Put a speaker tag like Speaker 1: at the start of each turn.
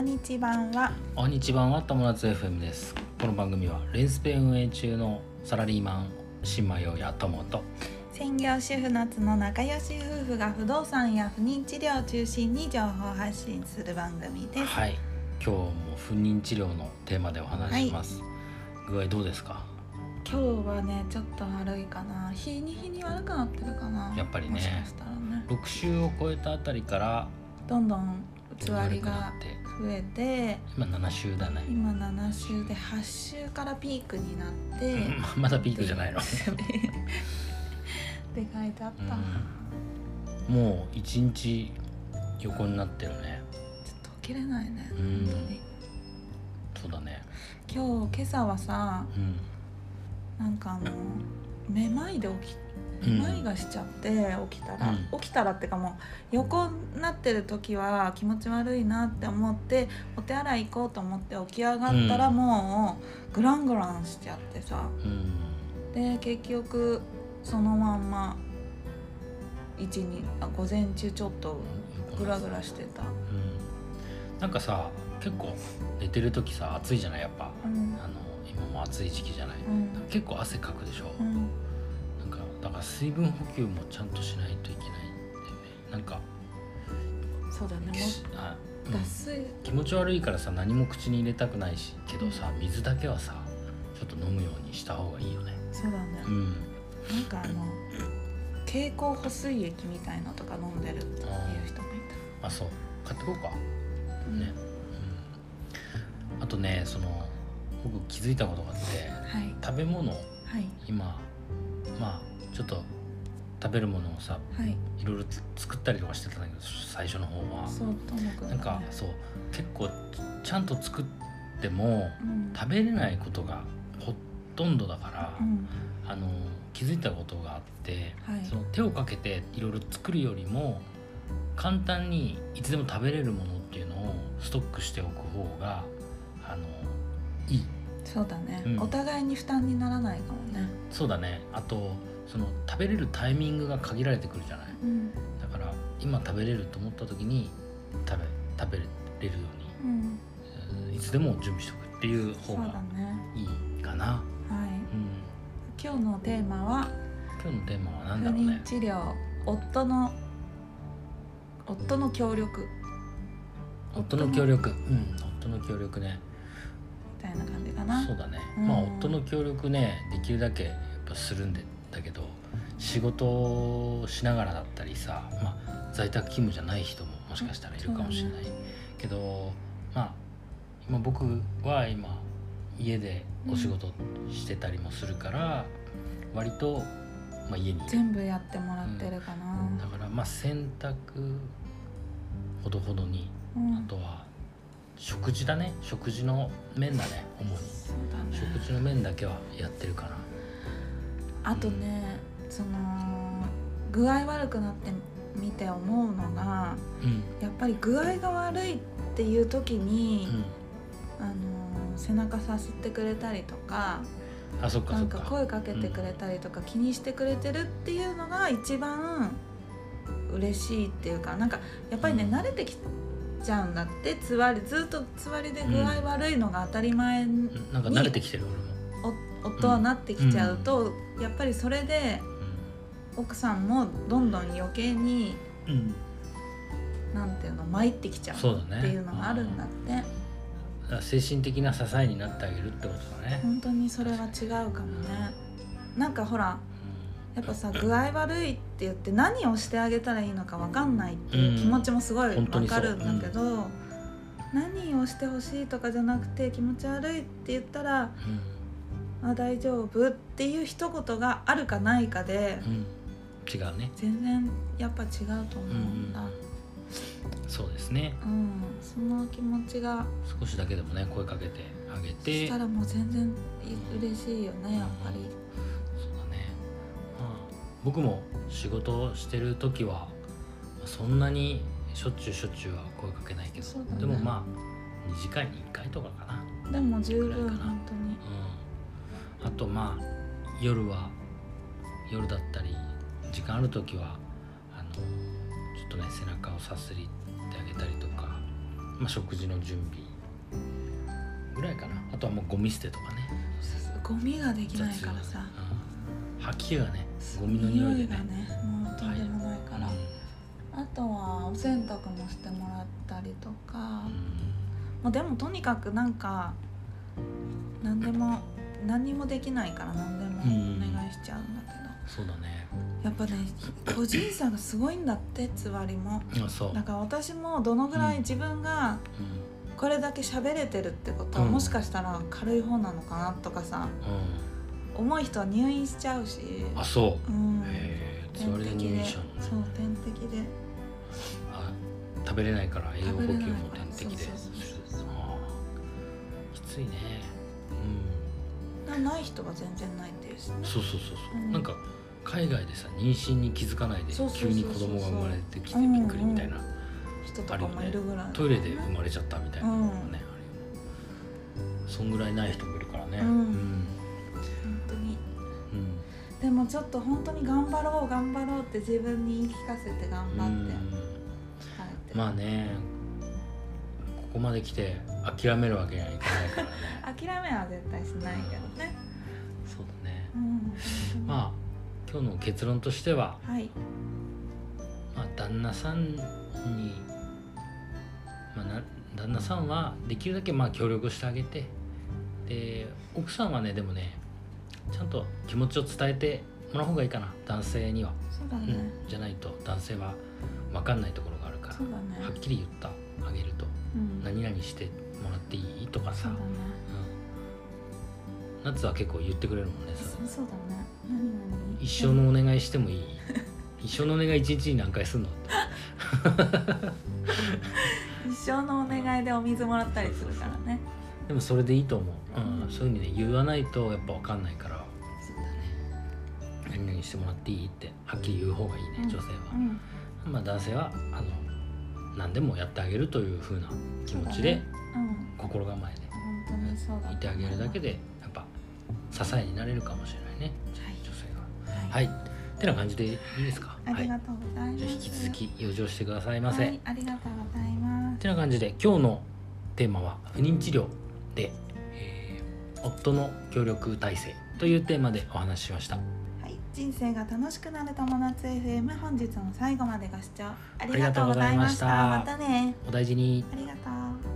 Speaker 1: んにちはは
Speaker 2: こんにちはは友達 FM ですこの番組はレンスペ運営中のサラリーマン新米をや友と
Speaker 1: 専業主婦夏の仲良し夫婦が不動産や不妊治療を中心に情報発信する番組です、
Speaker 2: はい今日も不妊治療のテーマでお話しします、具合どうですか
Speaker 1: 今日はねちょっと悪いかな日に日に悪くなってるかな
Speaker 2: やっぱりね
Speaker 1: もしかしたらね
Speaker 2: 6週を超えたあたりから
Speaker 1: どんどん偽
Speaker 2: 悪
Speaker 1: り
Speaker 2: くな
Speaker 1: が
Speaker 2: って
Speaker 1: 増えて
Speaker 2: 今7週だね
Speaker 1: 今7週で8週からピークになって
Speaker 2: うん まだピークじゃないの
Speaker 1: って書いてあった、
Speaker 2: もう1日横になってるね
Speaker 1: ちょっと起きれないね、
Speaker 2: うん
Speaker 1: 本当に
Speaker 2: そうだね
Speaker 1: 今日今朝はさ
Speaker 2: うん
Speaker 1: なんかあのめまいで起き
Speaker 2: うん
Speaker 1: めまいがしちゃって起きたら、
Speaker 2: うん
Speaker 1: 起きたらってかもう横になってる時は気持ち悪いなって思ってお手洗い行こうと思って起き上がったら
Speaker 2: うん
Speaker 1: もうグラングランしちゃってさ
Speaker 2: うん
Speaker 1: で結局そのまんま1にあ午前中ちょっと
Speaker 2: 横
Speaker 1: グ
Speaker 2: に
Speaker 1: ラ
Speaker 2: なって
Speaker 1: グラしてた、
Speaker 2: うんなんかさ結構寝てる時さ暑いじゃないやっぱ
Speaker 1: うん
Speaker 2: あの今も暑い時期じゃない
Speaker 1: うん
Speaker 2: 結構汗かくでしょ、
Speaker 1: うん
Speaker 2: なんかだから水分補給もちゃんとしないといけないんだよねなんか
Speaker 1: そうだねも
Speaker 2: けしあ、うん
Speaker 1: う脱水
Speaker 2: 気持ち悪いからさ何も口に入れたくないしけどさ水だけはさちょっと飲むようにした方がいいよね
Speaker 1: そうだね
Speaker 2: うん
Speaker 1: なんかあの蛍光補水液みたいのとか飲んでるっていう人もい
Speaker 2: あそう買ってこうか
Speaker 1: た、
Speaker 2: ねうんあとねその僕気づいたことがあって
Speaker 1: はい
Speaker 2: 食べ物
Speaker 1: はい
Speaker 2: 今まあちょっと食べるものをさ
Speaker 1: はい
Speaker 2: いろいろつ作ったりとかしてたんだけど最初の方は
Speaker 1: そうともくん
Speaker 2: なんかそう結構ちゃんと作っても
Speaker 1: うん
Speaker 2: 食べれないことがほとんどだから、
Speaker 1: うん
Speaker 2: あの気づいたことがあって、
Speaker 1: はい
Speaker 2: その手をかけていろいろ作るよりも簡単にいつでも食べれるものっていうのをストックしておく方があのいい
Speaker 1: そうだね、
Speaker 2: うん
Speaker 1: お互いに負担にならないかもね
Speaker 2: そうだねあとその食べれるタイミングが限られてくるじゃない
Speaker 1: うん
Speaker 2: だから今食べれると思った時に食べ食べれるよ
Speaker 1: うん
Speaker 2: うにえーいつでも準備しておくっていう
Speaker 1: そ
Speaker 2: 方
Speaker 1: うだ
Speaker 2: が
Speaker 1: ね
Speaker 2: いいかな
Speaker 1: はい
Speaker 2: うん、
Speaker 1: 今日のテーマは
Speaker 2: 今日のテーマは
Speaker 1: 不
Speaker 2: 何だろう
Speaker 1: 妊
Speaker 2: ね
Speaker 1: 治療夫の夫の協力
Speaker 2: 夫の協力うん夫の協力ね
Speaker 1: みたいな感じかな
Speaker 2: そうだね、
Speaker 1: うん
Speaker 2: まあ夫の協力ねできるだけやっぱするんでだけど仕事をしながらだったりさ、まあ、在宅勤務じゃない人ももしかしたらいるかもしれない、
Speaker 1: そ
Speaker 2: けどまあ今僕は今家でお仕事してたりもするから、割と、まあ、家にいる
Speaker 1: 全部やってもらってるかな、
Speaker 2: だからまあ洗濯ほどほどに
Speaker 1: うん
Speaker 2: あとは食事だね食事の面だね主に。
Speaker 1: そうだね
Speaker 2: 食事の面だけはやってるかな
Speaker 1: あとねその具合悪くなってみて思うのが
Speaker 2: うん
Speaker 1: やっぱり具合が悪いっていう時に、あのー背中さすってくれたりとか
Speaker 2: あそっか
Speaker 1: な
Speaker 2: そっ
Speaker 1: ん
Speaker 2: か
Speaker 1: か声かけてくれたりとか、気にしてくれてるっていうのが一番嬉しいっていうかなんかやっぱりね、
Speaker 2: うん
Speaker 1: 慣れてきちゃうんだってつわりずっとつわりで具合悪いのが当たり前に、
Speaker 2: うんなんか慣れてきてる俺も、
Speaker 1: お夫はなってきちゃうと、やっぱりそれで奥さんもどんどん余計に
Speaker 2: うん
Speaker 1: なんていうの参ってきちゃう
Speaker 2: そうだ
Speaker 1: っ
Speaker 2: ね
Speaker 1: ていうのがあるんだって、
Speaker 2: だから精神的な支えになってあげるってことだね、
Speaker 1: 本当にそれは違うかもねなんかほらやっぱさ具合悪いって言って何をしてあげたらいいのかわかんないっていう気持ちもすごい
Speaker 2: うん
Speaker 1: わかるんだけど、何をしてほしいとかじゃなくて気持ち悪いって言ったら
Speaker 2: う
Speaker 1: 「
Speaker 2: ん
Speaker 1: あ大丈夫」っていう一言があるかないかで
Speaker 2: うんうん違うね
Speaker 1: 全然やっぱ違うと思
Speaker 2: う
Speaker 1: うん
Speaker 2: うん
Speaker 1: んだ、
Speaker 2: そうですね
Speaker 1: うん、その気持ちが
Speaker 2: 少しだけでもね声かけてあげ
Speaker 1: してたらもう全然嬉しいよねやっぱり。
Speaker 2: そうだね、まあ、僕も仕事をしてる時はそんなにしょっちゅうしょっちゅうは声かけないけど、
Speaker 1: そうだね
Speaker 2: でもまあ2時間に1回とかか
Speaker 1: で
Speaker 2: な、
Speaker 1: も十分
Speaker 2: くらいかな
Speaker 1: 本当に
Speaker 2: うん、あとまあ夜は夜だったり時間ある時はあのちょっとね背中をさすりってあげたりとかまあ、食事の準備ぐらいかなあとはもうゴミ捨てとかね
Speaker 1: ゴミができない
Speaker 2: 雑
Speaker 1: か
Speaker 2: 用
Speaker 1: らさ、
Speaker 2: うん、吐きがねゴミの匂いで
Speaker 1: が
Speaker 2: ね
Speaker 1: ねもうとんでもないから、あとはお洗濯もしてもらったりとか
Speaker 2: う、ん
Speaker 1: まあ、でもとにかくなんか何でも何にもできないから何でもお願いしちゃうんだけど、
Speaker 2: そうだね
Speaker 1: やっぱね個人差がすごいんだってつわりも
Speaker 2: あそう
Speaker 1: だから私もどのぐらい自分が
Speaker 2: うん
Speaker 1: これだけ喋れてるってことは
Speaker 2: うん
Speaker 1: もしかしたら軽い方なのかなとかさ
Speaker 2: う
Speaker 1: 重い人は入院しちゃうし
Speaker 2: んあそううんへえつわ
Speaker 1: 点
Speaker 2: りで
Speaker 1: 滴
Speaker 2: 入
Speaker 1: で
Speaker 2: 院し
Speaker 1: そ
Speaker 2: た
Speaker 1: う
Speaker 2: のね
Speaker 1: 点滴で
Speaker 2: あ食べれないから栄養補給も点滴で
Speaker 1: 食べれないからそうそうそう
Speaker 2: あーきついね
Speaker 1: なない人は全然ないっていうしね
Speaker 2: うんそうそうそうそう、
Speaker 1: うん
Speaker 2: なんか海外でさ妊娠に気づかないで
Speaker 1: そうそうそ
Speaker 2: 急
Speaker 1: うそう
Speaker 2: に子供が生まれてきてびっくりみたいな、
Speaker 1: 人とかもいるぐらい、
Speaker 2: トイレで生まれちゃったみたいなのが
Speaker 1: う
Speaker 2: ね、
Speaker 1: ん
Speaker 2: あるよねそんぐらいない人もいるからね
Speaker 1: うん
Speaker 2: うん
Speaker 1: 本当に
Speaker 2: うん
Speaker 1: でもちょっと本当に頑張ろう頑張ろうって自分に言い聞かせて頑張って帰って、
Speaker 2: まあねここまで来て諦めるわけにはいかない からね
Speaker 1: 諦めは絶対しないけどね、
Speaker 2: そうだね
Speaker 1: うん、
Speaker 2: まあ今日の結論としては、
Speaker 1: あはい
Speaker 2: まあ、旦那さんに、まあ、な旦那さんはできるだけまあ協力してあげてで奥さんはねでもねちゃんと気持ちを伝えてもらう方がいいかな男性には、
Speaker 1: そうだ
Speaker 2: うん
Speaker 1: ね、
Speaker 2: じゃないと男性は分かんないところがあるから、
Speaker 1: そうだね
Speaker 2: はっきり言ってあげると
Speaker 1: うん
Speaker 2: 何々してもらっていいとか
Speaker 1: そ
Speaker 2: さ、
Speaker 1: うだね
Speaker 2: うん夏は結構言ってくれるもんねそれ
Speaker 1: そそうだね何々
Speaker 2: 一生のお願いしてもいい 一生のお願い一日に何回すんのって
Speaker 1: 一生のお願いでお水もらったりするからね
Speaker 2: でもそれでいいと思う、うん
Speaker 1: うん
Speaker 2: そういうふうにね言わないとやっぱ分かんないから
Speaker 1: そうだね
Speaker 2: 何々してもらっていいってはっきり言う方がいいね、
Speaker 1: うん
Speaker 2: 女性
Speaker 1: う
Speaker 2: は、
Speaker 1: ん
Speaker 2: まあ男性はあの何でもやってあげるというふうな気持ちで、
Speaker 1: うん
Speaker 2: 心構えで
Speaker 1: 本当にそうだ
Speaker 2: いてあげるだけでやっぱ支えになれるかもしれないね女性
Speaker 1: はい、
Speaker 2: がはいってな感じでいいですか
Speaker 1: あり
Speaker 2: は
Speaker 1: が
Speaker 2: い
Speaker 1: とうございます、
Speaker 2: じゃあ引き続き養生してくださいませ、
Speaker 1: はいありがとうございます
Speaker 2: てな感じで今日のテーマは不妊治療で、えー夫の協力体制というテーマでお話ししました
Speaker 1: はい、人生が楽しくなる友達 FM 本日も最後までご視聴ありがとうございました
Speaker 2: ありがとうございました
Speaker 1: またね
Speaker 2: お大事に
Speaker 1: ありがとう